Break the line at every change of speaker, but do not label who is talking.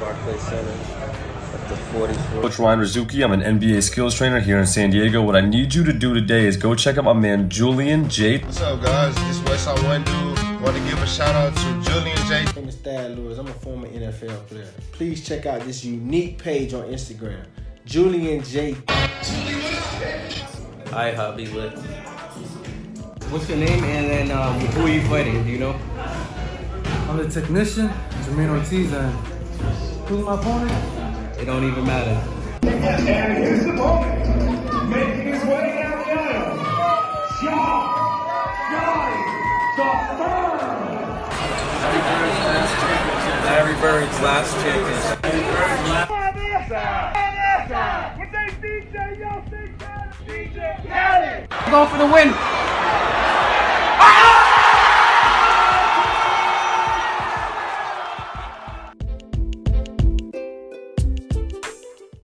Barclays Center at the 40 floor.
Coach Ryan Rizuki. I'm an NBA skills trainer here in San Diego. What I need you to do today is go check out my man Julian J.
What's up, guys? This Westside One dude. Want to give a shout out to Julian J.
My name is Thad Lewis. I'm a former NFL player. Please check out this unique page on Instagram, Julian J.
Hi, hubby. Look.
What's your name and then um, who are you fighting? Do you know?
I'm the technician, Jermaine Ortiz, and who's my opponent?
It don't even matter.
And his opponent, making his way down the aisle, John Guy, the firm.
Larry Bird's last championship.
When they DJ, yo, sing Cali. DJ Cali.
Go for the win.